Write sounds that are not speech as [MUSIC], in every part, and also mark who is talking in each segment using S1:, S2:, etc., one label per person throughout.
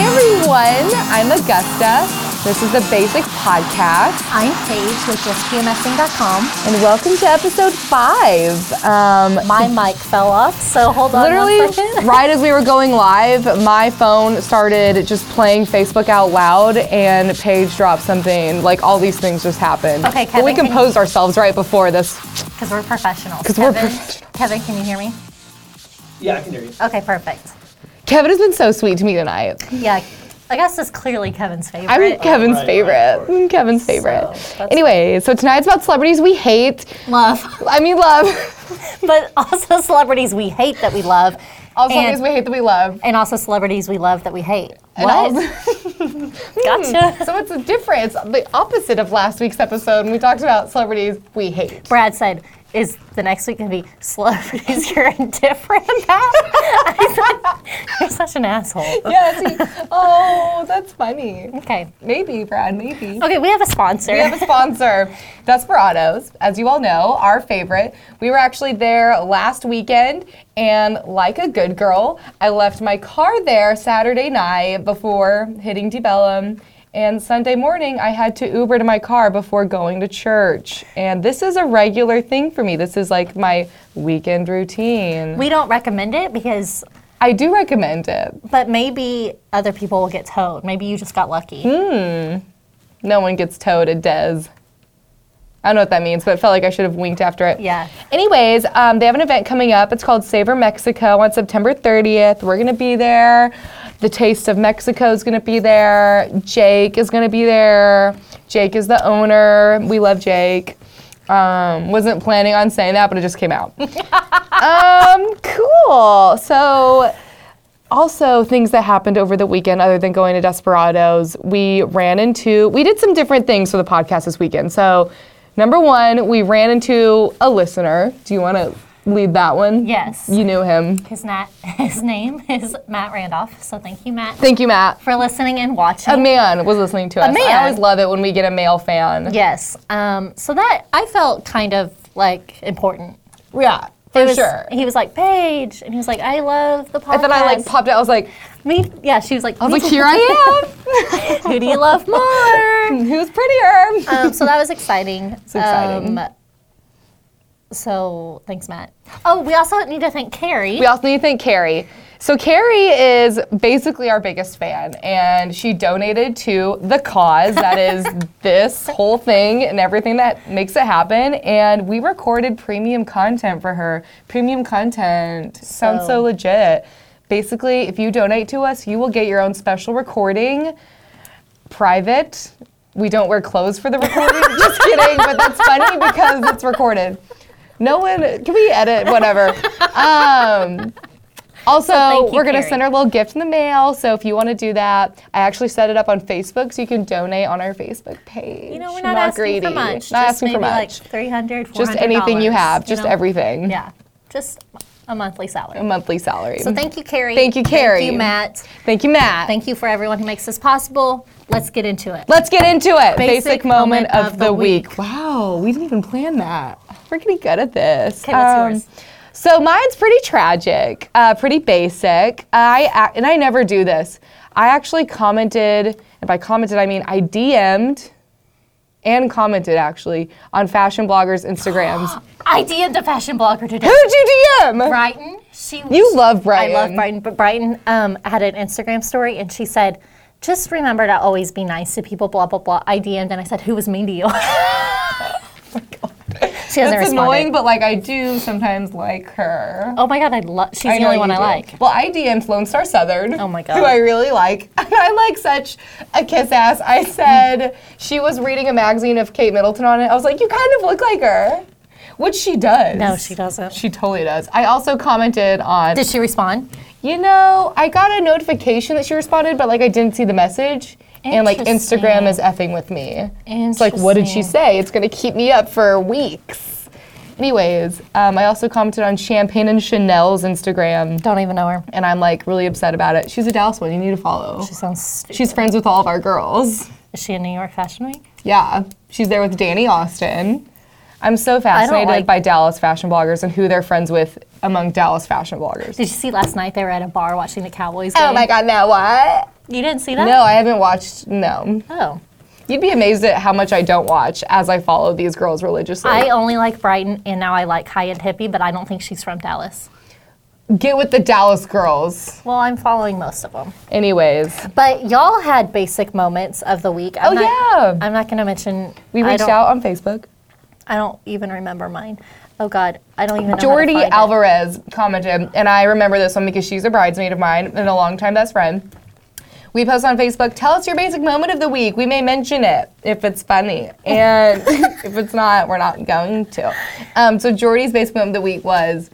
S1: everyone. I'm Augusta. This is the Basic Podcast,
S2: I'm Paige with justbmsing.com.
S1: and welcome to episode five. Um, [LAUGHS]
S2: My mic fell off, so hold on
S1: literally,
S2: one second. [LAUGHS]
S1: right as we were going live, my phone started just playing Facebook out loud, and Paige dropped something. Like all these things just happened.
S2: Okay,
S1: but we
S2: Kevin, can you-
S1: composed ourselves right before this.
S2: Because we're professionals.
S1: 'Cause we're
S2: Kevin,
S1: professionals.
S2: Kevin, can you hear me?
S3: Yeah, I can hear you.
S2: Okay, perfect.
S1: Kevin has been so sweet to me tonight.
S2: Yeah, I guess it's clearly Kevin's favorite.
S1: I'm Kevin's
S3: right, right,
S1: favorite.
S3: of
S1: I'm Kevin's favorite.
S2: that's-
S1: anyway, so tonight's about celebrities we hate.
S2: love, [LAUGHS]
S1: I mean, love. [LAUGHS]
S2: but also celebrities we hate that we love.
S1: All celebrities
S2: and,
S1: we hate that we love.
S2: and also celebrities we love that we hate.
S1: And
S2: What?
S1: all- [LAUGHS]
S2: Gotcha.
S1: Hmm. So it's a difference, the opposite of last week's episode when we talked about celebrities we hate.
S2: Brad said, "Is the next week gonna be celebrities [LAUGHS] you're indifferent about?" [LAUGHS] I said, "You're such an asshole."
S1: Yes. he- [LAUGHS] oh, that's funny.
S2: Okay.
S1: Maybe, Brad, maybe.
S2: Okay, we have a sponsor.
S1: We have a sponsor, Desperados, as you all know, our favorite. We were actually there last weekend, and like a good girl, I left my car there Saturday night before hitting Debellum. And Sunday morning, I had to Uber to my car before going to church. And this is a regular thing for me. This is like my weekend routine.
S2: We don't recommend it because,
S1: I do recommend it.
S2: but maybe other people will get towed. Maybe you just got lucky.
S1: Hmm? No one gets towed at Des. I don't know what that means, but it felt like I should have winked after it.
S2: Yeah.
S1: Anyways, um, they have an event coming up. It's called Savor Mexico on September 30th. We're going to be there. The Taste of Mexico is going to be there. Jake is going to be there. Jake is the owner. We love Jake. Um, wasn't planning on saying that, but it just came out. um, cool. So also things that happened over the weekend other than going to desperados we ran into we did some different things for the podcast this weekend so number one we ran into a listener do you want to lead that one
S2: Yes.
S1: you knew him
S2: His, Nat, [LAUGHS] his name is Matt Randolph. So thank you, Matt,
S1: thank you matt
S2: for listening and watching.
S1: a man was listening to us
S2: man.
S1: i always love it when we get a male fan
S2: yes. Um, so that I felt kind of like important.
S1: yeah for
S2: It was-
S1: sure
S2: He was like, Paige. And he was like, I love the podcast.
S1: and then i like popped out i was like
S2: Me? Yeah, she was like,
S1: i was like here
S2: [LAUGHS]
S1: i
S2: who do you love
S1: [LAUGHS]
S2: more?
S1: am who's prettier
S2: um, so that was exciting. It's
S1: exciting.
S2: so thanks, Matt. Oh, we also need to thank Carrie.
S1: We also need to thank Carrie. So Carrie is basically our biggest fan, and she donated to the cause that is this whole thing and everything that makes it happen. And we recorded premium content for her. Premium content sounds so
S2: So-
S1: legit. Basically, if you donate to us, you will get your own special recording, private. We don't wear clothes for the recording. Just kidding, but that's funny because it's recorded. No one can we edit whatever. Um, also,
S2: thank you,
S1: we're gonna
S2: Carrie.
S1: send our little gift in the mail. So if you want to do that, I actually set it up on Facebook, so you can donate on our Facebook page.
S2: You know, we're not, asking for
S1: greedy.
S2: much.
S1: Not
S2: just
S1: asking
S2: maybe
S1: for
S2: like
S1: much.
S2: 300 $400.
S1: just anything you have, just
S2: know?
S1: everything.
S2: Yeah, just a monthly salary.
S1: A monthly salary.
S2: So thank you, Carrie.
S1: Thank you, Carrie.
S2: Thank you, Matt.
S1: Thank you, Matt.
S2: Thank you for everyone who makes this possible. Let's get into it.
S1: Let's get into it.
S2: Basic moment of the week.
S1: Wow, we didn't even plan that. We're getting good at this. Um,
S2: Okay, what's yours?
S1: So mine's pretty tragic, uh, pretty basic. I ac- and I never do this. I actually commented, and by commented I mean I DM'd and commented actually on fashion bloggers'
S2: [GASPS]
S1: Instagrams.
S2: I DM'd a fashion blogger today.
S1: Who'd you DM?
S2: Brighton. She.
S1: You love
S2: I love
S1: Brighton.
S2: Brighton, but Brighton um, had an Instagram story and she said, "Just remember to always be nice to people." Blah blah blah. I DM'd and I said, "Who was mean to you?" [LAUGHS] Oh She hasn't
S1: That's
S2: responded.
S1: annoying, but like I do sometimes like her.
S2: Oh my god, I love. She's
S1: I
S2: the
S1: know
S2: only
S1: you
S2: one I
S1: do.
S2: like.
S1: Well, I DM'd Lone Star Southern.
S2: Oh my
S1: [LAUGHS] Who
S2: God.
S1: I really like. [LAUGHS] I like such a kiss ass. I said she was reading a magazine of Kate Middleton on it. I was like, you kind of look like her. Which she does.
S2: No, she doesn't.
S1: She totally does. I also commented on,
S2: Did she respond?
S1: you know, I got a notification that she responded, but like I didn't see the message. And like Instagram is effing with me. It's like, what did she
S2: Interesting.
S1: say? It's gonna keep me up for weeks. Anyways, um, I also commented on Champagne and Chanel's Instagram
S2: Don't even know her.
S1: and I'm like really upset about it. She's a Dallas one. You need to follow.
S2: She sounds. Stu-
S1: She's friends with all of our girls.
S2: is she in New York Fashion Week?
S1: Yeah, she's there with Danny Austin. I'm so fascinated
S2: like-
S1: by Dallas fashion bloggers and who they're friends with among Dallas fashion bloggers.
S2: Did you see last night they were at a bar watching the Cowboys?
S1: Oh
S2: game?
S1: my God, now what?
S2: You didn't see that?
S1: No, I haven't watched. No,
S2: Oh.
S1: you'd be amazed at how much I don't watch as I follow these girls religiously.
S2: I only like Brighton, and now I like Hyatt Hippie, but I don't think she's from Dallas.
S1: Get with the Dallas girls,
S2: Well, I'm following most of them.
S1: anyways.
S2: But y'all had basic moments of the week. I'm
S1: Oh,
S2: not,
S1: yeah.
S2: I'm not going to mention.
S1: We
S2: I
S1: reached
S2: don't-
S1: out on Facebook.
S2: I don't even remember mine. Oh God, I don't even. know how to
S1: Jordy
S2: find it.
S1: Alvarez commented, and I remember this one because she's a bridesmaid of mine and a longtime best friend. We post on Facebook, tell us your basic moment of the week. We may mention it if it's
S2: [LAUGHS]
S1: funny. And if it's not, we're not going to. Um, so Jordy's basic moment of the week was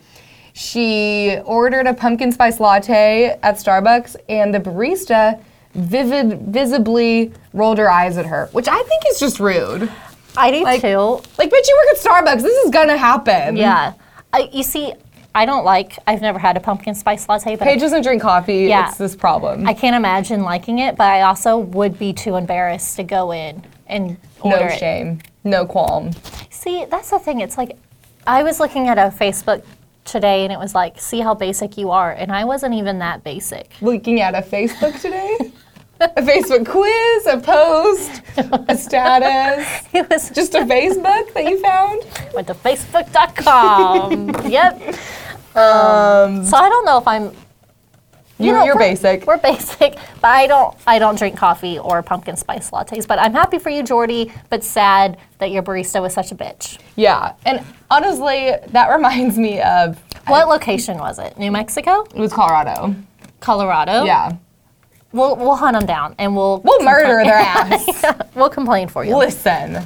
S1: she ordered a pumpkin spice latte at Starbucks, and the barista vivid, visibly rolled her eyes at her, which I think is just rude.
S2: I do
S1: like-
S2: too.
S1: Like, bitch, you work at Starbucks. This is gonna happen.
S2: Yeah. I, you see, I don't like. I've never had a pumpkin spice latte, but
S1: Paige doesn't drink coffee.
S2: Yeah.
S1: It's this problem.
S2: I can't imagine liking it. But I also would be too embarrassed to go in and
S1: no
S2: order it.
S1: shame. No qualm.
S2: See, that's the thing. It's like I was looking at a Facebook today, and it was like, "See how basic you are," and I wasn't even that basic. [LAUGHS]
S1: Looking at a Facebook today. a Facebook quiz, a post, a status,
S2: It was
S1: just a Facebook that you found.
S2: went
S1: [LAUGHS]
S2: to Facebook.com. yep. Um, so I don't know if I'm.
S1: You,
S2: know,
S1: are
S2: we're-
S1: basic.
S2: We're basic, but I don't. I don't drink coffee or pumpkin spice lattes. But I'm happy for you, Jordy. But sad that your barista was such a bitch.
S1: Yeah. And honestly, that reminds me of
S2: What location was it? New Mexico,
S1: it was Colorado.
S2: Colorado.
S1: Yeah.
S2: We'll we'll hunt them down and we'll
S1: We'll murder
S2: [LAUGHS]
S1: their ass.
S2: we'll complain for you.
S1: Listen.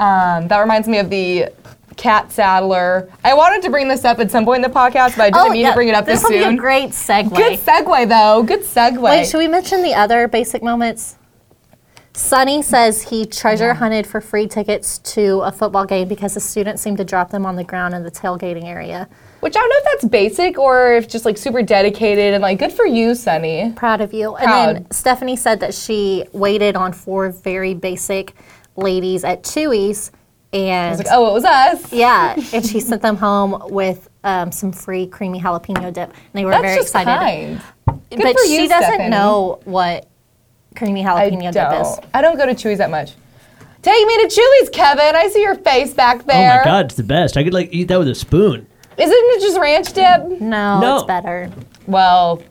S1: Um, that reminds me of the Cat Saddler. I wanted to bring this up at some point in the podcast, but I didn't mean
S2: Oh, yeah,
S1: to bring it up this,
S2: will
S1: soon.
S2: be a great segue.
S1: Good segue though. Good segue.
S2: Wait, should we mention the other basic moments? Sonny says he treasure hunted for free tickets to a football game because the students seemed to drop them on the ground in the tailgating area.
S1: Which I don't know if that's basic or if just like super dedicated and like good for you, Sunny.
S2: Proud of you. And then
S1: Proud.
S2: Stephanie said that she waited on four very basic ladies at Chewy's and
S1: Like, oh, it was us.
S2: yeah, and she sent them home with um, some free creamy jalapeno dip. And they were
S1: That's
S2: very
S1: just
S2: excited.
S1: kind. Good
S2: but
S1: for
S2: she
S1: you,
S2: doesn't
S1: Stephanie.
S2: know what
S1: I
S2: creamy jalapeno dip is.
S1: don't. I don't go to Chewy's that much. Take me to Chewy's, Kevin. I see your face back there.
S4: Oh my god, it's the best. I could like eat that with a spoon.
S1: Isn't it just ranch dip?
S2: No,
S4: No.
S2: it's better. [LAUGHS]
S1: Well,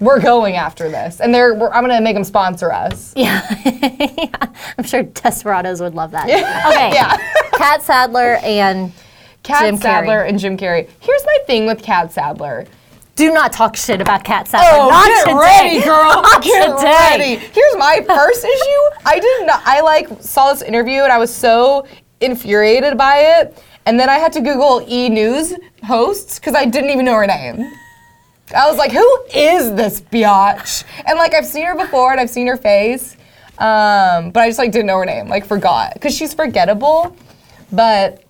S1: we're going after this, and they're. We're, I'm gonna make them sponsor us.
S2: [LAUGHS] I'm sure desperados would
S1: [LAUGHS]
S2: love that. Okay. [LAUGHS] Kat Sadler and
S1: Cat
S2: Jim Carrey.
S1: Sadler and Jim Carrey. Here's my thing with Cat Sadler.
S2: do not talk shit about Kat Sadler. not
S1: Oh, get
S2: today.
S1: ready, girl.
S2: [LAUGHS] Not
S1: get
S2: today.
S1: ready. Here's
S2: [LAUGHS]
S1: my first issue. I did not. I like saw this interview and I was so infuriated by it, and then I had to Google E News hosts because I didn't even know her name. I was like, who is this biatch? And like I've seen her before and I've seen her face, um, but I just like didn't know her name. Like forgot because she's forgettable, but.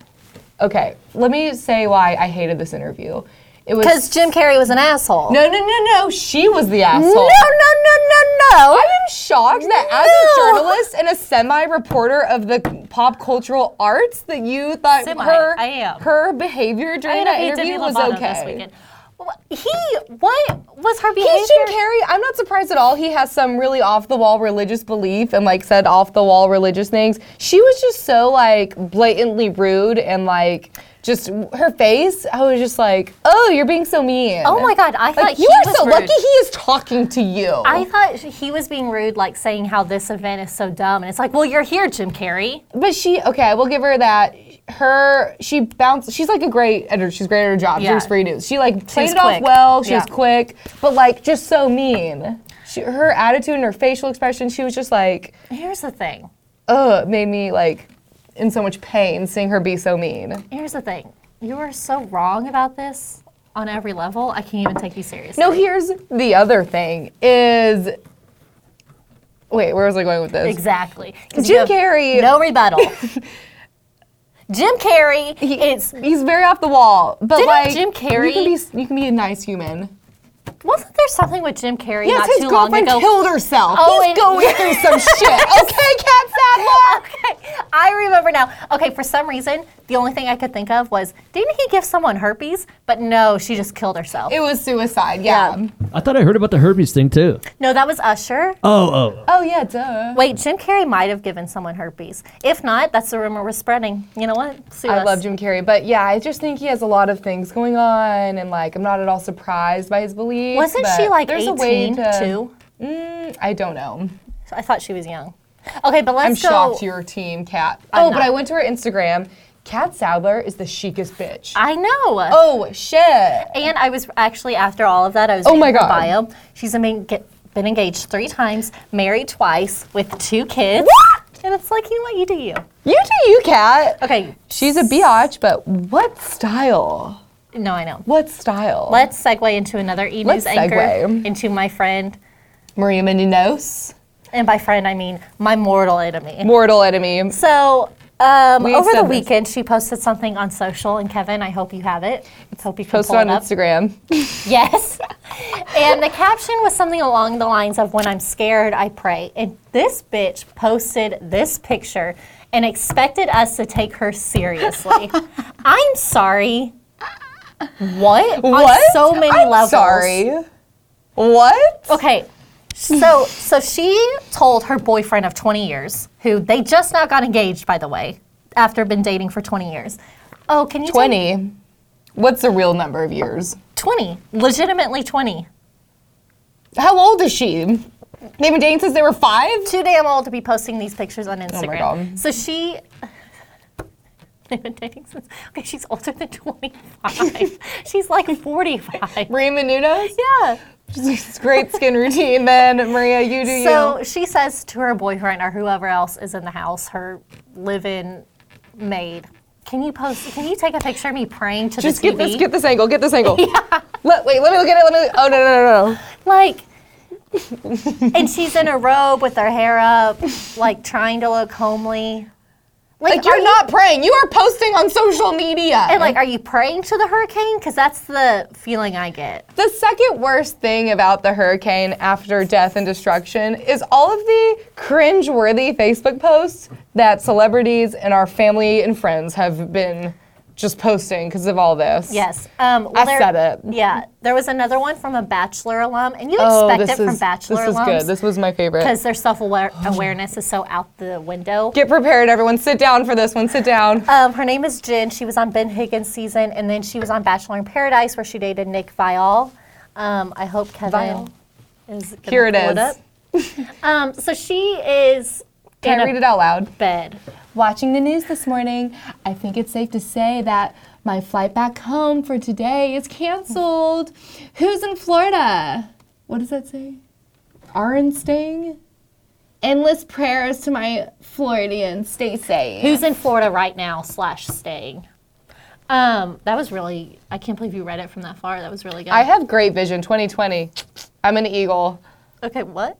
S1: Okay, let me say why I hated this interview. It was
S2: Because Jim Carrey was an asshole.
S1: no, no, no, no. She was the asshole.
S2: no, no, no, no.
S1: I am shocked that
S2: No.
S1: as a journalist and a semi-reporter of the pop cultural arts, that you thought
S2: Semi,
S1: her
S2: I am.
S1: her behavior
S2: I
S1: during
S2: had a
S1: that
S2: hate
S1: interview
S2: Demi
S1: was
S2: Lovato
S1: okay.
S2: This weekend. Wha- He, what was her behavior?
S1: He's Jim Carrey. I'm not surprised at all. He has some really off the wall religious belief and like said off the wall religious things. She was just so like blatantly rude and like just her face. I was just like, oh, you're being so mean.
S2: Oh my God, I
S1: Like,
S2: thought
S1: you
S2: he
S1: are
S2: was
S1: so
S2: rude.
S1: lucky he is talking to you.
S2: I thought sh- he was being rude, like saying how this event is so dumb. And it's like, well, you're here, Jim Carrey.
S1: But she okay, we'll give her that. Her she bounced. She's like a great editor. She's great at her job.
S2: Yeah.
S1: She's free news. She like played
S2: was
S1: it off
S2: quick.
S1: well. She was
S2: Yeah.
S1: quick, but like just so mean. She, her attitude and her facial expression. She was just like,
S2: Here's the thing.
S1: ugh, made me like in so much pain seeing her be so mean.
S2: Here's the thing. You are so wrong about this on every level. I can't even take you seriously.
S1: No, here's the other thing is. Wait, where was I going with this?
S2: Exactly. 'Cause
S1: Jim
S2: you have
S1: Carrey- [LAUGHS]
S2: No rebuttal. Jim Carrey. It's
S1: He's very off the wall, but
S2: Didn't
S1: like
S2: Jim
S1: you can
S2: Carrey-
S1: be s- you can be a nice human.
S2: Wasn't there something with Jim Carrey
S5: Yes,
S2: not
S5: his
S2: too long
S5: girlfriend
S2: ago?
S5: killed herself.
S2: Oh,
S5: He's
S2: and-
S5: going
S2: [LAUGHS]
S5: through some shit.
S1: okay, Cat Sadler.
S2: okay, I remember now. Okay, for some reason, the only thing I could think of was didn't he give someone herpes? But no, she just killed herself.
S1: It was suicide. Yeah.
S2: Yeah.
S4: I thought I heard about the herpes thing too.
S2: no, that was Usher.
S4: Oh, oh.
S1: Oh yeah, duh.
S2: Wait, Jim Carrey might have given someone herpes. If not, that's the rumor we're spreading. You know what? Sue
S1: I
S2: us.
S1: love Jim Carrey, but yeah, I just think he has a lot of things going on, and like I'm not at all surprised by his beliefs.
S2: Wasn't she
S1: but
S2: like
S1: there's
S2: 18
S1: a way to,
S2: too?
S1: Mm, I don't know.
S2: I thought she was young. Okay, but let's
S1: I'm
S2: go.
S1: shocked you're team Cat.
S2: I'm
S1: Oh, but
S2: not.
S1: I went to her Instagram. Kat Sadler is the chicest bitch.
S2: I know.
S1: oh shit.
S2: And I was actually after all of that, I was
S1: Oh
S2: reading
S1: my
S2: her
S1: God.
S2: bio. She's ama- get- been engaged three times, married twice, with two kids. And it's like, you know what, you do you.
S1: You do you, Kat.
S2: Okay,
S1: She's a biatch, but what style?
S2: no, I know.
S1: What style?
S2: Let's segue into another e news
S1: Let's
S2: anchor
S1: segue.
S2: into my friend,
S1: Maria Menounos,
S2: and by friend I mean my mortal enemy.
S1: mortal enemy.
S2: So um,
S1: We
S2: over
S1: said
S2: the
S1: this.
S2: weekend, she posted something on social, and Kevin, I hope you have it. I hope you can
S1: Posted
S2: pull
S1: on
S2: it up.
S1: Instagram.
S2: Yes. [LAUGHS] and the caption was something along the lines of when I'm scared, I pray. And this bitch posted this picture and expected us to take
S1: [LAUGHS]
S2: her seriously. I'm sorry.
S1: What?
S2: What? On so many
S1: I'm
S2: levels.
S1: Sorry. What?
S2: Okay. So so she told her boyfriend of 20 years, who they just now got engaged by the way, after been dating for 20 years. Oh, can you take-
S1: 20. What's the real number of years?
S2: 20. Legitimately 20.
S1: How old is she? They've been dating since they were five?
S2: too damn old to be posting these pictures on Instagram.
S1: Oh God.
S2: So she. [LAUGHS] They've been dating since. Okay, she's older than 25. [LAUGHS] she's like 45.
S1: Maria Menounos?
S2: [LAUGHS] Yeah.
S1: It's great skin routine then. Maria, you do you.
S2: So she says to her boyfriend or whoever else is in the house, her live in maid, can you post, can you take a picture of me praying to
S1: Just
S2: the
S1: get
S2: TV?
S1: this, get this angle, get this
S2: [LAUGHS]
S1: angle. Let, wait, let me look at it. Let me. Oh no, no, no, no.
S2: like and she's in a robe with her hair up, like trying to look homely.
S1: Like
S2: are
S1: you're
S2: you-
S1: not praying. You are posting on social media.
S2: And like, are you praying to the hurricane? Because that's the feeling I get.
S1: The second worst thing about the hurricane after death and destruction is all of the cringe-worthy Facebook posts that celebrities and our family and friends have been just posting because of all this.
S2: Yes. Um, well,
S1: I
S2: there-
S1: said it.
S2: Yeah. There was another one from a Bachelor alum, and you
S1: Oh,
S2: expect
S1: this
S2: it from
S1: is-
S2: Bachelor
S1: This is good. Oh.
S2: alums
S1: This was my favorite.
S2: because their self awareness is so out the window.
S1: Get prepared, everyone. Sit down for this one. Sit down.
S2: Um, her name is Jen. She was on Ben Higgins season, and then she was on Bachelor in Paradise, where she dated Nick Viall. Um, I hope Kevin
S1: Viall.
S2: is gonna
S1: Here it
S2: pull
S1: is.
S2: up. um, so she is
S1: Can I
S2: in
S1: read
S2: a
S1: it out loud?
S2: bed.
S1: Watching the news this morning, I think it's safe to say that my flight back home for today is canceled. Who's in Florida? What does that say? Arnsting? Endless prayers to my Floridians. Stay safe.
S2: Who's in Florida right now slash staying? Um, that was really. I can't believe you read it from that far. That was really good.
S1: I have great vision, 2020. I'm an eagle.
S2: okay, what?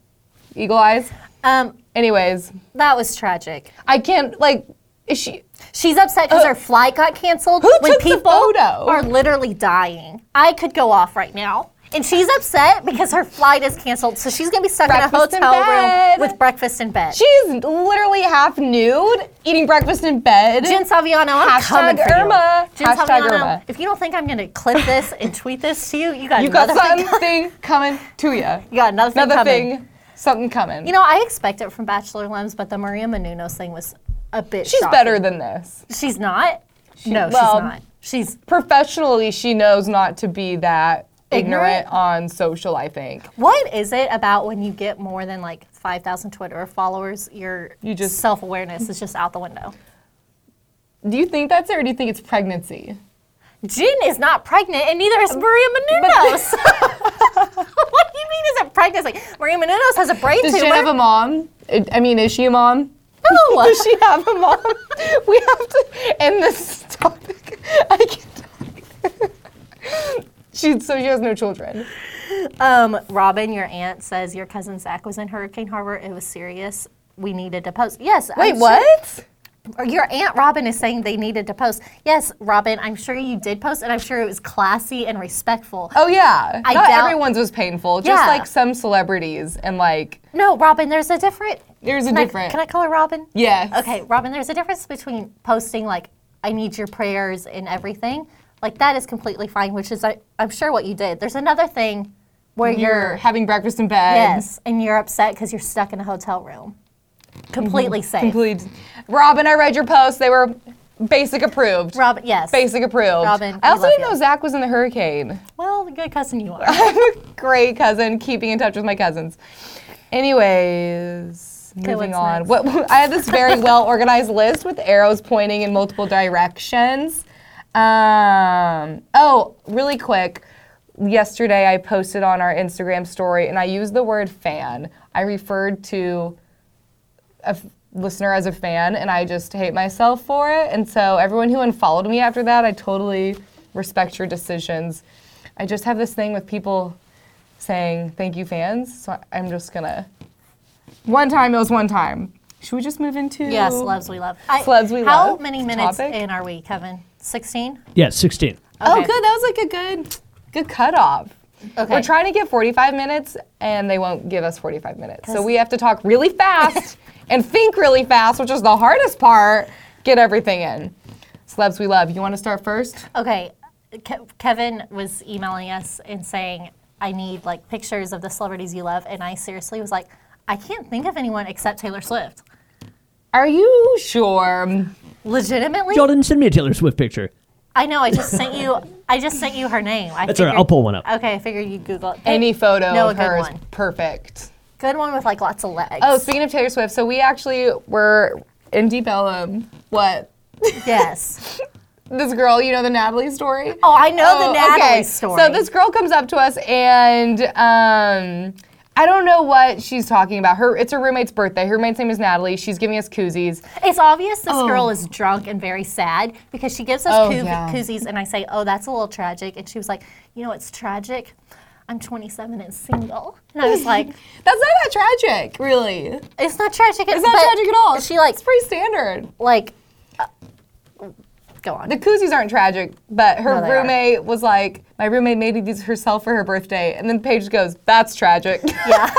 S1: Eagle eyes?
S2: Um,
S1: Anyways,
S2: that was tragic.
S1: I can't, like, is she.
S2: She's upset because her flight got canceled.
S1: Oh. Who
S2: when
S1: took the
S2: people
S1: photo?
S2: are literally dying. I could go off right now. And she's upset because her flight is canceled, so she's gonna be stuck
S1: Breakfast
S2: in
S1: in
S2: a hotel room
S1: bed.
S2: with breakfast in bed.
S1: She's literally half nude, eating breakfast in bed.
S2: Jen Saviano,
S1: Hashtag
S2: I'm coming for
S1: Irma.
S2: you. Jen
S1: Hashtag
S2: Saviano,
S1: Irma.
S2: if you don't think I'm gonna clip this and tweet this to you, you got
S1: You got
S2: another thing. coming.
S1: something coming to [LAUGHS] you.
S2: [LAUGHS] You got another thing
S1: Another
S2: coming.
S1: thing, something coming.
S2: You know, I expect it from Bachelor Limbs, but the Maria Menounos thing was a bit.
S1: she's
S2: shocking.
S1: better than this.
S2: She's not. no,
S1: well-
S2: she's not. She's
S1: Professionally, she knows not to be that ignorant,
S2: Ignorant?
S1: on social, I think.
S2: What is it about when you get more than like 5,000 Twitter followers, your
S1: You just-
S2: self awareness is just out the window?
S1: Do you think that's it, or do you think it's pregnancy?
S2: Jen is not pregnant, and neither
S1: Um,
S2: is Maria Menounos. [LAUGHS] what do you mean is it pregnancy? Maria Menounos has a brain
S1: Does
S2: tumor.
S1: she have a mom? I- I mean, is she a mom? [LAUGHS]
S2: No.
S1: Does she have a mom? we have to end this topic. I can't. she, so she has no children.
S2: um, Robin, your aunt says your cousin Zach was in Hurricane Harbor. It was serious. We needed to post. Yes. I'm
S1: Wait,
S2: sure-
S1: what?
S2: your aunt Robin is saying they needed to post. Yes, Robin, I'm sure you did post, and I'm sure it was classy and respectful.
S1: Oh yeah,
S2: I
S1: not
S2: doubt-
S1: everyone's was painful. Just
S2: Yeah.
S1: like some celebrities and like
S2: No, Robin, there's a different.
S1: There's a
S2: can I-
S1: different-
S2: can I call her Robin?
S1: Yes.
S2: Okay, Robin, there's a difference between posting like I need your prayers and everything. Like that is completely fine, which is I, I'm sure what you did. There's another thing where
S1: you're having breakfast in bed.
S2: yes, and you're upset because you're stuck in a hotel room,
S1: Mm-hmm.
S2: completely safe.
S1: Complete. Robin, I read your post. They were basic approved.
S2: Robin, yes.
S1: Basic approved.
S2: Robin, we
S1: I also
S2: love
S1: didn't
S2: you.
S1: know Zach was in the hurricane.
S2: Well, the good cousin you are.
S1: Great cousin, keeping in touch with my cousins. Anyways, moving
S2: what's
S1: on.
S2: next?
S1: What [LAUGHS] I have this very well organized list with arrows pointing in multiple directions. Um, oh, really quick. Yesterday I posted on our Instagram story and I used the word fan. I referred to a f- listener as a fan and I just hate myself for it. And so everyone who unfollowed me after that, I totally respect your decisions. I just have this thing with people saying thank you fans, so I- I'm just gonna. One time it was one time. Should we just move into?
S2: yes, loves we love. I-
S1: Loves we
S2: how
S1: love
S2: many minutes
S1: topic?
S2: in are we, Kevin? 16?
S4: Yeah, 16.
S1: Oh,
S2: Okay.
S1: good. That was like a good, good cutoff.
S2: Okay.
S1: We're trying to get 45 minutes, and they won't give us 45 minutes. So we have to talk really
S2: [LAUGHS]
S1: fast and think really fast, which is the hardest part. Get everything in. Celebs we love. You want to start first?
S2: Okay, Ke- Kevin was emailing us and saying, I need like pictures of the celebrities you love. And I seriously was like, I can't think of anyone except Taylor Swift.
S1: Are you sure?
S2: Legitimately,
S4: Y'all didn't send me a Taylor Swift picture.
S2: I know. I just sent you. I just sent you her name. I
S4: That's all right,
S2: figured-
S4: I'll pull one up.
S2: Okay, I figured you Google it.
S1: Any photo
S2: no, a
S1: of
S2: good
S1: her is
S2: one.
S1: perfect.
S2: Good one with like lots of legs.
S1: Oh, speaking of Taylor Swift, so we actually were in Deep Ellum. What?
S2: yes.
S1: This girl, you know the Natalie story?
S2: Oh, I know
S1: Oh,
S2: the Natalie
S1: okay.
S2: story.
S1: So this girl comes up to us, and um, I don't know what she's talking about. Her, it's her roommate's birthday. Her roommate's name is Natalie. She's giving us koozies.
S2: It's obvious this girl is drunk and very sad because she gives us
S1: Oh,
S2: koo-
S1: yeah.
S2: koozies, and I say, "Oh, that's a little tragic," and she was like, "You know, it's tragic. I'm 27 and single," and I
S1: [LAUGHS]
S2: was like,
S1: That's not that tragic, really. It's
S2: "It's not tragic. It's
S1: not tragic at all.
S2: She like
S1: it's pretty standard.
S2: like uh, go
S1: [LAUGHS]
S2: on.
S1: The koozies aren't tragic, but her
S2: No, they are.
S1: roommate was like, "My roommate made me these herself for her birthday," and then Paige goes, "That's tragic."
S2: yeah,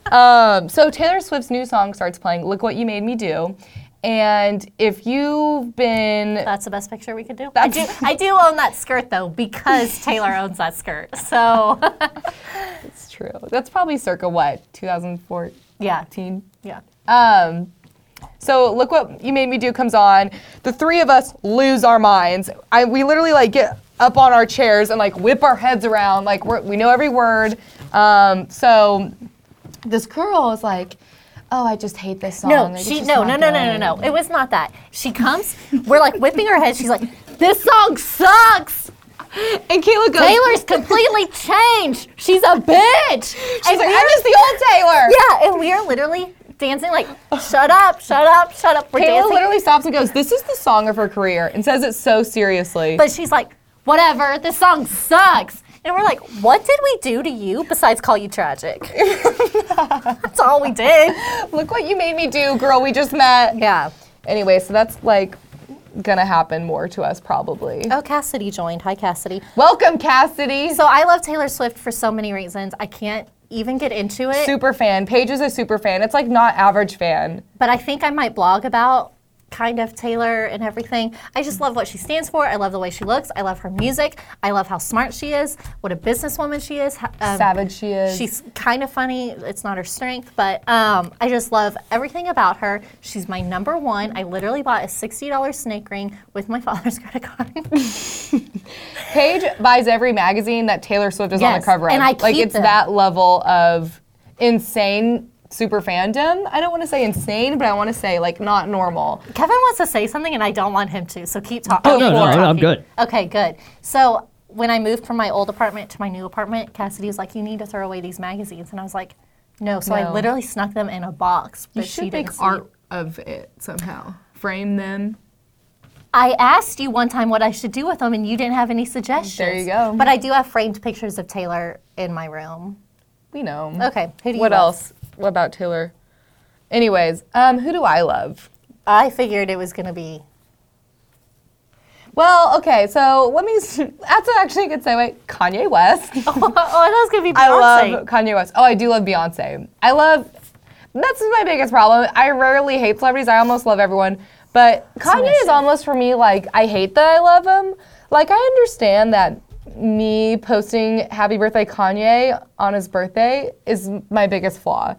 S1: [LAUGHS] Um, so Taylor Swift's new song starts playing. Look what you made me do. And if you've been
S2: that's the best picture we could do. I do.
S1: [LAUGHS]
S2: I do own that skirt though because Taylor owns that skirt. So [LAUGHS]
S1: That's true. That's probably circa what, 2014?
S2: yeah, yeah.
S1: Um, so look what you made me do comes on. The three of us lose our minds. I, we literally like get up on our chairs and like whip our heads around. Like we're, we know every word. Um, so this girl is like, "Oh, I just hate this song."
S2: No,
S1: Like, it's
S2: she
S1: just
S2: no
S1: not
S2: no no no
S1: good."
S2: no no. It was not that. She comes. We're like whipping her head. She's like, "This song sucks."
S1: [LAUGHS] And Kayla goes,
S2: Taylor's completely changed. She's a bitch.
S1: She's like, "I miss the old Taylor."
S2: yeah, and we are literally dancing like, shut up, shut up, shut up. We're
S1: Kayla
S2: dancing.
S1: literally stops and goes, "This is the song of her career," and says it so seriously.
S2: But she's like, whatever, this song sucks. And we're like, what did we do to you besides call
S1: [LAUGHS]
S2: you tragic? That's all we did.
S1: look what you made me do, girl. We just met.
S2: Yeah.
S1: Anyway, so that's like gonna happen more to us probably.
S2: Oh, Cassidy joined. Hi, Cassidy.
S1: Welcome, Cassidy.
S2: So I love Taylor Swift for so many reasons. I can't even get into it.
S1: super fan. Paige is a super fan. It's like not average fan.
S2: but I think I might blog about kind of Taylor and everything. I just love what she stands for. I love the way she looks. I love her music. I love how smart she is. What a businesswoman she is. ho- um,
S1: Savage she is.
S2: She's kind of funny. It's not her strength, but um, I just love everything about her. She's my number one. I literally bought a $60 snake ring with my [LAUGHS] father's credit card.
S1: [LAUGHS] Paige buys every magazine that Taylor Swift is on
S2: Yes,
S1: the cover of.
S2: and I
S1: like
S2: keep
S1: it's
S2: them.
S1: that level of insane super fandom. I don't want to say insane, but I want to say like not normal.
S2: Kevin wants to say something, and I don't want him to, so keep talking.
S4: Oh, no, no, no, I'm good.
S2: Okay, good. So when I moved from my old apartment to my new apartment, Cassidy was like, "You need to throw away these magazines," and I was like, "No." So I
S1: No.
S2: literally snuck them in a box. But
S1: You should
S2: she
S1: make
S2: didn't see.
S1: art of it somehow. Frame them.
S2: I asked you one time what I should do with them, and you didn't have any suggestions.
S1: There you go.
S2: But I do have framed pictures of Taylor in my room.
S1: We know.
S2: Okay, who do you
S1: What
S2: love?
S1: else? What about Taylor? Anyways, um, who do I love?
S2: I figured it was going to be. [LAUGHS]
S1: Well, okay, so let me. s- [LAUGHS] That's actually a good segue. Kanye West.
S2: oh, that was going to be
S1: [LAUGHS]
S2: Beyonce.
S1: I love Kanye West. Oh, I do love Beyonce. I love. That's my biggest problem. I rarely hate celebrities. I almost love everyone. But Kanye is
S2: issue.
S1: almost for me like I hate that I love him. Like I understand that me posting "Happy Birthday Kanye" on his birthday is my biggest flaw.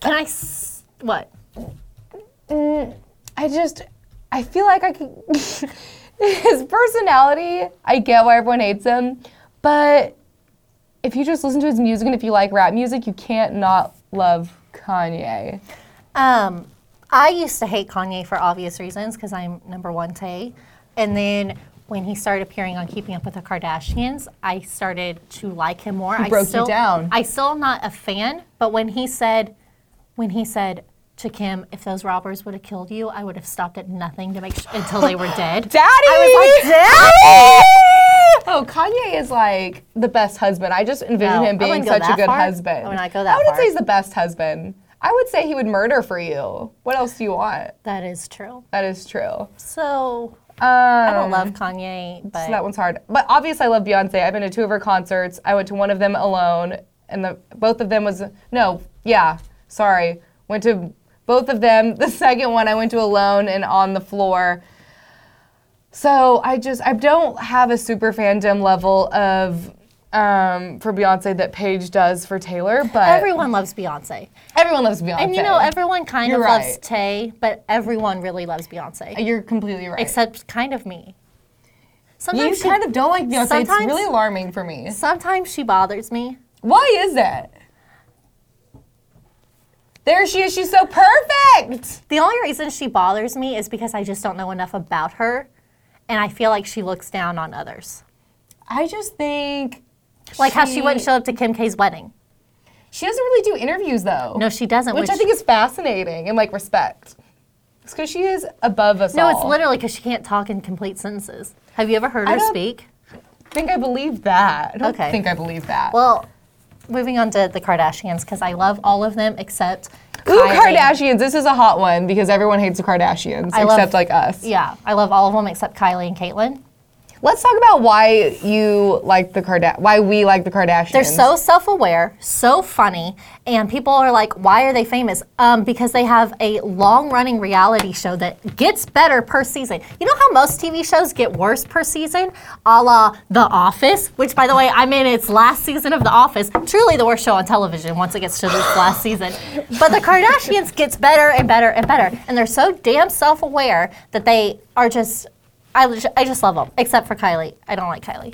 S2: Can I? S- what?
S1: I just, I feel like I could. [LAUGHS] his personality, I get why everyone hates him, but if you just listen to his music and if you like rap music, you can't not love Kanye.
S2: Um, I used to hate Kanye for obvious reasons because I'm number one Tay. And then when he started appearing on Keeping Up with the Kardashians, I started to like him more. I
S1: broke you
S2: still,
S1: down.
S2: I still am not a fan, but when he said, when he said to Kim, if those robbers would have killed you, I would have stopped at nothing to make sh- until they were
S1: [LAUGHS]
S2: dead.
S1: Daddy!
S2: I [LAUGHS] was like,
S1: Oh, Kanye is like the best husband. I just envision
S2: No, I
S1: him being
S2: wouldn't go
S1: such a
S2: that
S1: good
S2: far.
S1: husband.
S2: I would not go that
S1: I wouldn't
S2: far.
S1: say he's the best husband. I would say he would murder for you. What else do you want?
S2: that is true.
S1: That is true.
S2: So
S1: Um,
S2: I don't love Kanye, but
S1: So that one's hard. But obviously, I love Beyonce. I've been to two of her concerts. I went to one of them alone, and the both of them was no, yeah, sorry. Went to both of them. [LAUGHS] The second one I went to alone and on the floor. So I just I don't have a super fandom level of um, for Beyonce that Paige does for Taylor, but
S2: everyone loves Beyonce.
S1: everyone loves Beyonce.
S2: And you know, everyone kind
S1: You're
S2: of loves
S1: right.
S2: Tay, but everyone really loves Beyonce.
S1: you're completely right.
S2: Except kind of me.
S1: you
S2: Sometimes she,
S1: kind of don't like Beyonce. It's
S2: sometimes-
S1: really alarming for me.
S2: sometimes she bothers me.
S1: Why is that? There she is. She's so perfect.
S2: The only reason she bothers me is because I just don't know enough about her and I feel like she looks down on others.
S1: I just think
S2: Like how she wouldn't
S1: She-
S2: show up to Kim K's wedding.
S1: she doesn't really do interviews though.
S2: No, she doesn't.
S1: which, I think is fascinating and like respect. It's because she is above us
S2: No,
S1: all.
S2: it's literally because she can't talk in complete sentences. Have you ever heard
S1: I
S2: her
S1: don't-
S2: speak?
S1: I think I believe that. I don't
S2: Okay.
S1: think I believe that.
S2: Well, moving on to the Kardashians because I love all of them except
S1: Ooh,
S2: Kylie.
S1: Kardashians. This is a hot one because everyone hates the Kardashians
S2: I love-
S1: except like us.
S2: Yeah, I love all of them except Kylie and Caitlyn.
S1: Let's talk about why you like the Karda- why we like the Kardashians.
S2: They're so self-aware, so funny, and people are like, "Why are they famous?" Um, because they have a long-running reality show that gets better per season. You know how most TV shows get worse per season, a la The Office, which, by the way, I'm in its last season of The Office. Truly, the worst show on television once it gets to this last season. But the Kardashians gets better and better and better, and they're so damn self-aware that they are just. I, just- I just love them, except for Kylie. I don't like Kylie.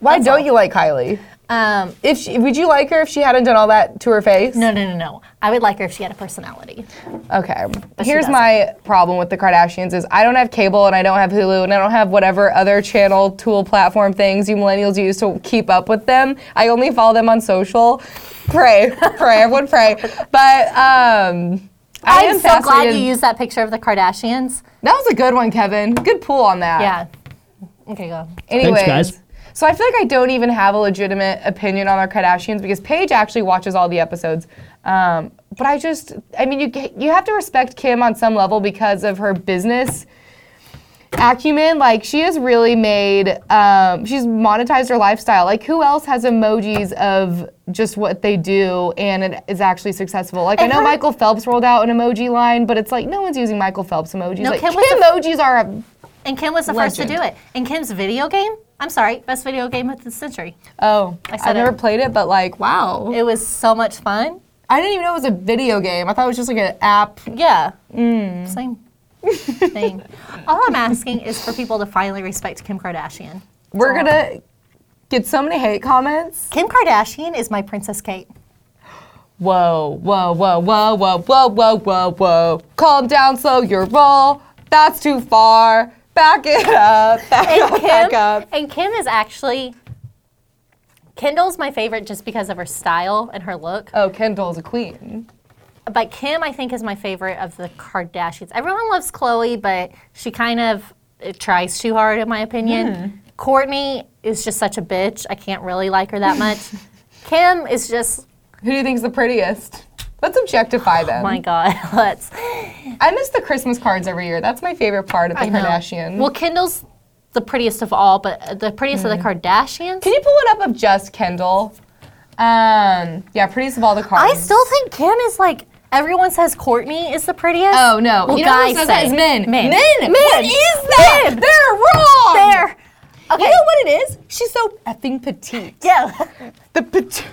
S1: why don't you like Kylie?
S2: Um,
S1: If she, would you like her if she hadn't done all that to her face?
S2: No, no, no, no. I would like her if she had a personality.
S1: Okay.
S2: she
S1: Here's my problem with the Kardashians is I don't have cable and I don't have Hulu and I don't have whatever other channel tool platform things you millennials use to keep up with them. I only follow them on social. Pray, [LAUGHS] pray, everyone pray. But um, I
S2: I'm
S1: am
S2: so glad
S1: fascinated-
S2: you used that picture of the Kardashians.
S1: That was a good one, Kevin. Good pull on that.
S2: Yeah. Okay, go.
S1: Anyways,
S4: guys.
S1: So I feel like I don't even have a legitimate opinion on our Kardashians because Paige actually watches all the episodes. Um, but I just, I mean, you ca- you have to respect Kim on some level because of her business acumen. Like she has really made, um, she's monetized her lifestyle. Like who else has emojis of just what they do and it is actually successful? Like I
S2: And
S1: know
S2: her-
S1: Michael Phelps rolled out an emoji line, but it's like no one's using Michael Phelps emojis.
S2: No,
S1: like
S2: Kim was the-
S1: emojis are a
S2: And Kim was the first to do
S1: Legend.
S2: it. And Kim's video game, I'm sorry, best video game of the century.
S1: Oh, I
S2: I said
S1: have never
S2: it.
S1: played it, but like, wow.
S2: It was so much fun.
S1: I didn't even know it was a video game. I thought it was just like an app.
S2: Yeah.
S1: Mm.
S2: Same thing. All I'm asking is for people to finally respect Kim Kardashian.
S1: We're gonna get so many hate comments.
S2: Kim Kardashian is my
S1: [LAUGHS]
S2: Princess Kate.
S1: Whoa, whoa, whoa, whoa, whoa, whoa, whoa, whoa, whoa. Calm down, slow your roll. That's too far. Back it [LAUGHS] up. Back
S2: and
S1: up.
S2: Kim,
S1: Back up.
S2: and Kim is actually Kendall's my favorite just because of her style and her look.
S1: Oh, Kendall's a queen.
S2: But Kim, I think, is my favorite of the Kardashians. Everyone loves Chloe, but she kind of it tries too hard, in my opinion.
S1: Hmm.
S2: Courtney is just such
S1: [LAUGHS]
S2: a bitch. I can't really like her that much. Kim is just
S1: Who do you think's the prettiest? Let's objectify them.
S2: My God, [LAUGHS] let's.
S1: I miss the Christmas cards every year. That's my favorite part of the
S2: I know.
S1: Kardashians.
S2: Well, Kendall's the prettiest of all, but the prettiest of the
S1: Hmm.
S2: Kardashians.
S1: Can you pull it up of just Kendall? Um, yeah, prettiest of all the
S2: I
S1: cards.
S2: still think Kim is like everyone says Courtney is the prettiest.
S1: Oh no!
S2: Well,
S1: you know who
S2: guys
S1: says
S2: say
S1: that is men.
S2: Men.
S1: Men. What
S2: Men.
S1: is that?
S2: Men.
S1: They're wrong.
S2: There. Okay.
S1: You know what it is? She's so effing petite.
S2: Yeah.
S1: The petite.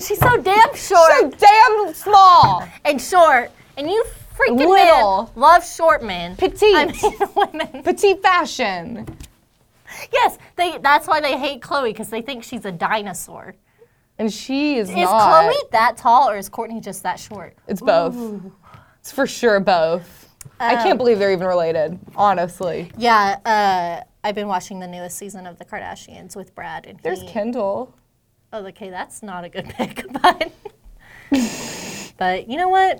S2: She's so damn short
S1: So damn small.
S2: and short, and you freaking
S1: Little.
S2: men love short men.
S1: Petite.
S2: I mean, [LAUGHS] women.
S1: Petite fashion.
S2: Yes, they. That's why they hate Chloe because they think she's a dinosaur.
S1: And she is,
S2: Is
S1: not.
S2: Chloe that tall or is Courtney just that short?
S1: It's both. It's for sure both. I can't believe they're even related, honestly.
S2: Yeah, uh, I've been watching the newest season of The Kardashians with Brad, and
S1: There's
S2: he,
S1: Kendall.
S2: Oh, okay, that's not a good [LAUGHS] pick, but but you know what?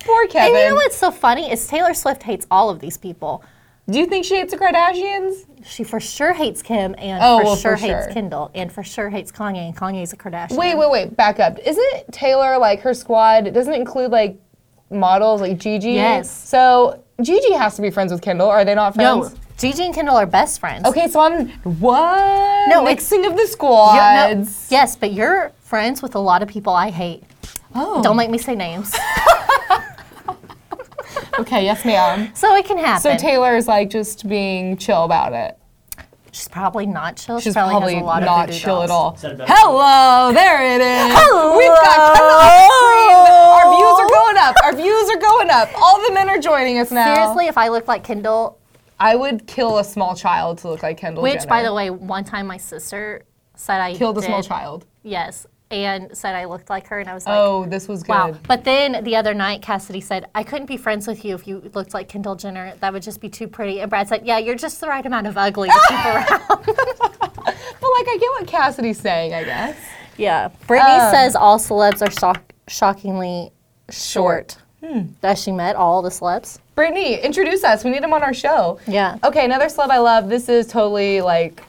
S1: Poor Kevin.
S2: And you know what's so funny is Taylor Swift hates all of these people.
S1: Do you think she hates the Kardashians?
S2: She for sure hates Kim, and
S1: Oh,
S2: for
S1: well,
S2: sure
S1: for
S2: hates
S1: sure.
S2: Kendall, and for sure hates Kanye, and Kanye's a Kardashian.
S1: Wait, wait, wait. Back up. Isn't Taylor like her squad? Doesn't it include like models like Gigi?
S2: Yes.
S1: So Gigi has to be friends with Kendall. Are they not
S2: No,
S1: friends?
S2: Gigi and Kendall are best friends.
S1: Okay, so I'm what?
S2: No, it's-
S1: mixing of the
S2: You- no,
S1: squads.
S2: yes, but you're friends with a lot of people I hate.
S1: Oh.
S2: Don't make me say names. [LAUGHS]
S1: Okay, yes,
S2: [LAUGHS]
S1: ma'am.
S2: so it can happen.
S1: So Taylor is like just being chill about it.
S2: she's probably not chill.
S1: She's
S2: she probably,
S1: probably,
S2: has a lot
S1: not
S2: of voodoo
S1: chill
S2: dolls.
S1: at all.
S3: that better?
S1: Hello, there it is. We've got Kendall on the screen. Our views are going up. Our views are going up. All the men are joining us now.
S2: Seriously, if I look like Kendall,
S1: I would kill a small child to look like Kendall
S2: which by
S1: Jenner.
S2: the way, one time my sister said I
S1: killed a small
S2: did-
S1: child.
S2: Yes, and said I looked like her, and I was like,
S1: Oh, this was good.
S2: Wow. But then the other night, Cassidy said, I couldn't be friends with you if you looked like Kendall Jenner. That would just be too pretty. And Brad said, Yeah, you're just the right amount of ugly to [LAUGHS] keep around.
S1: But like, I get what Cassidy's saying. I guess.
S2: Yeah. Um, Brittany says all celebs are shock- shockingly short. Hmm. Has she met all the celebs?
S1: Brittany, introduce us. We need him on our show.
S2: Yeah.
S1: Okay, another celeb I love. This is totally like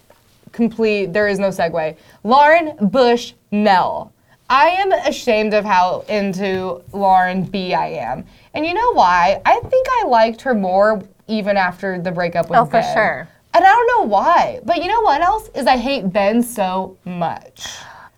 S1: complete. There is no segue. Lauren Bush Mel. I am ashamed of how into Lauren B I am. And you know why? I think I liked her more even after the breakup with
S2: Oh, for
S1: Ben.
S2: sure.
S1: And I don't know why. But you know what else? Is I hate Ben so much.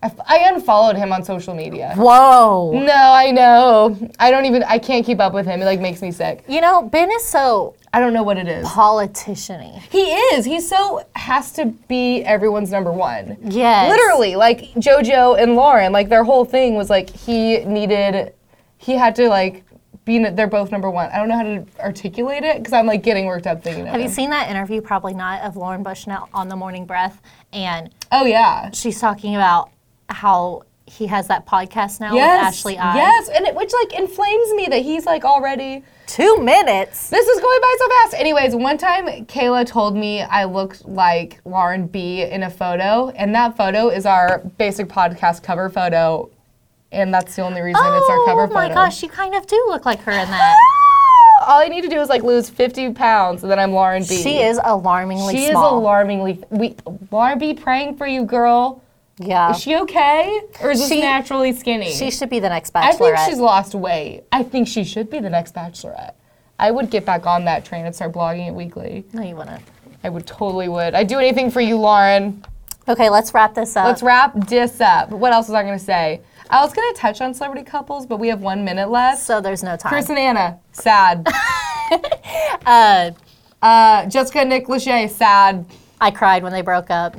S1: I f- I unfollowed him on social media.
S2: Whoa.
S1: No, I know. I don't even. I can't keep up with him. It like makes me sick.
S2: You know, Ben is so
S1: I don't know what it is.
S2: politician y.
S1: He is. He so has to be everyone's number one.
S2: Yes.
S1: Literally, like JoJo and Lauren, like their whole thing was like he needed, he had to like be. n- They're both number one. I don't know how to articulate it because I'm like getting worked up thinking.
S2: Have you seen that interview? Probably not, of Lauren Bushnell on The Morning Breath. And
S1: Oh yeah.
S2: she's talking about how he has that podcast now
S1: Yes.
S2: with Ashley I.
S1: Yes, and it, which like inflames me that he's like already.
S2: Two minutes.
S1: This is going by so fast. Anyways, one time Kayla told me I looked like Lauren B in a photo, and that photo is our basic podcast cover photo, and that's the only reason it's our cover
S2: oh my
S1: photo. Ah!
S2: gosh, you kind of do look like her in that.
S1: All I need to do is like lose 50 pounds, and then I'm Lauren B.
S2: [LAUGHS] she is alarmingly
S1: She
S2: small.
S1: is alarmingly. We Lauren B praying for you, girl.
S2: Yeah.
S1: Is she okay, or is this
S2: She-
S1: naturally skinny?
S2: She should be the next
S1: I
S2: bachelorette.
S1: think she's lost weight. I think she should be the next bachelorette. I would get back on that train and start blogging it weekly.
S2: no, you wouldn't.
S1: I would totally would. I'd do anything for you, Lauren.
S2: Okay, let's wrap this up.
S1: Let's wrap this up. What else was I gonna say? I was gonna touch on celebrity couples, but we have one minute left.
S2: so there's no time.
S1: Chris and Anna, [LAUGHS] sad. uh, Jessica and Nick Lachey, sad.
S2: I cried when they broke up.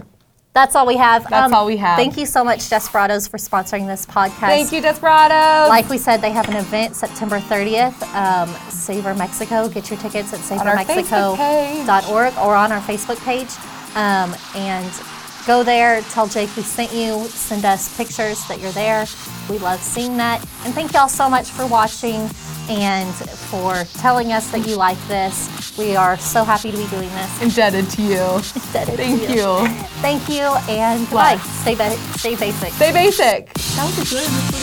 S2: That's all we have. Um,
S1: That's all we have.
S2: Thank you so much, Desperados, for sponsoring this podcast.
S1: Thank you, Desperados.
S2: Like we said, they have an event September 30th, um, Savor Mexico. Get your tickets at
S1: our Facebook page.
S2: savermexico.org or on our Facebook page. Um, and go there, tell Jake we sent you, send us pictures that you're there. We love seeing that. And thank y'all so much for watching and for telling us that you like this. We are so happy to be doing this.
S1: indebted to you.
S2: Instead,
S1: Thank you.
S2: Thank you, and goodbye. Stay, ba- stay basic.
S1: Stay basic.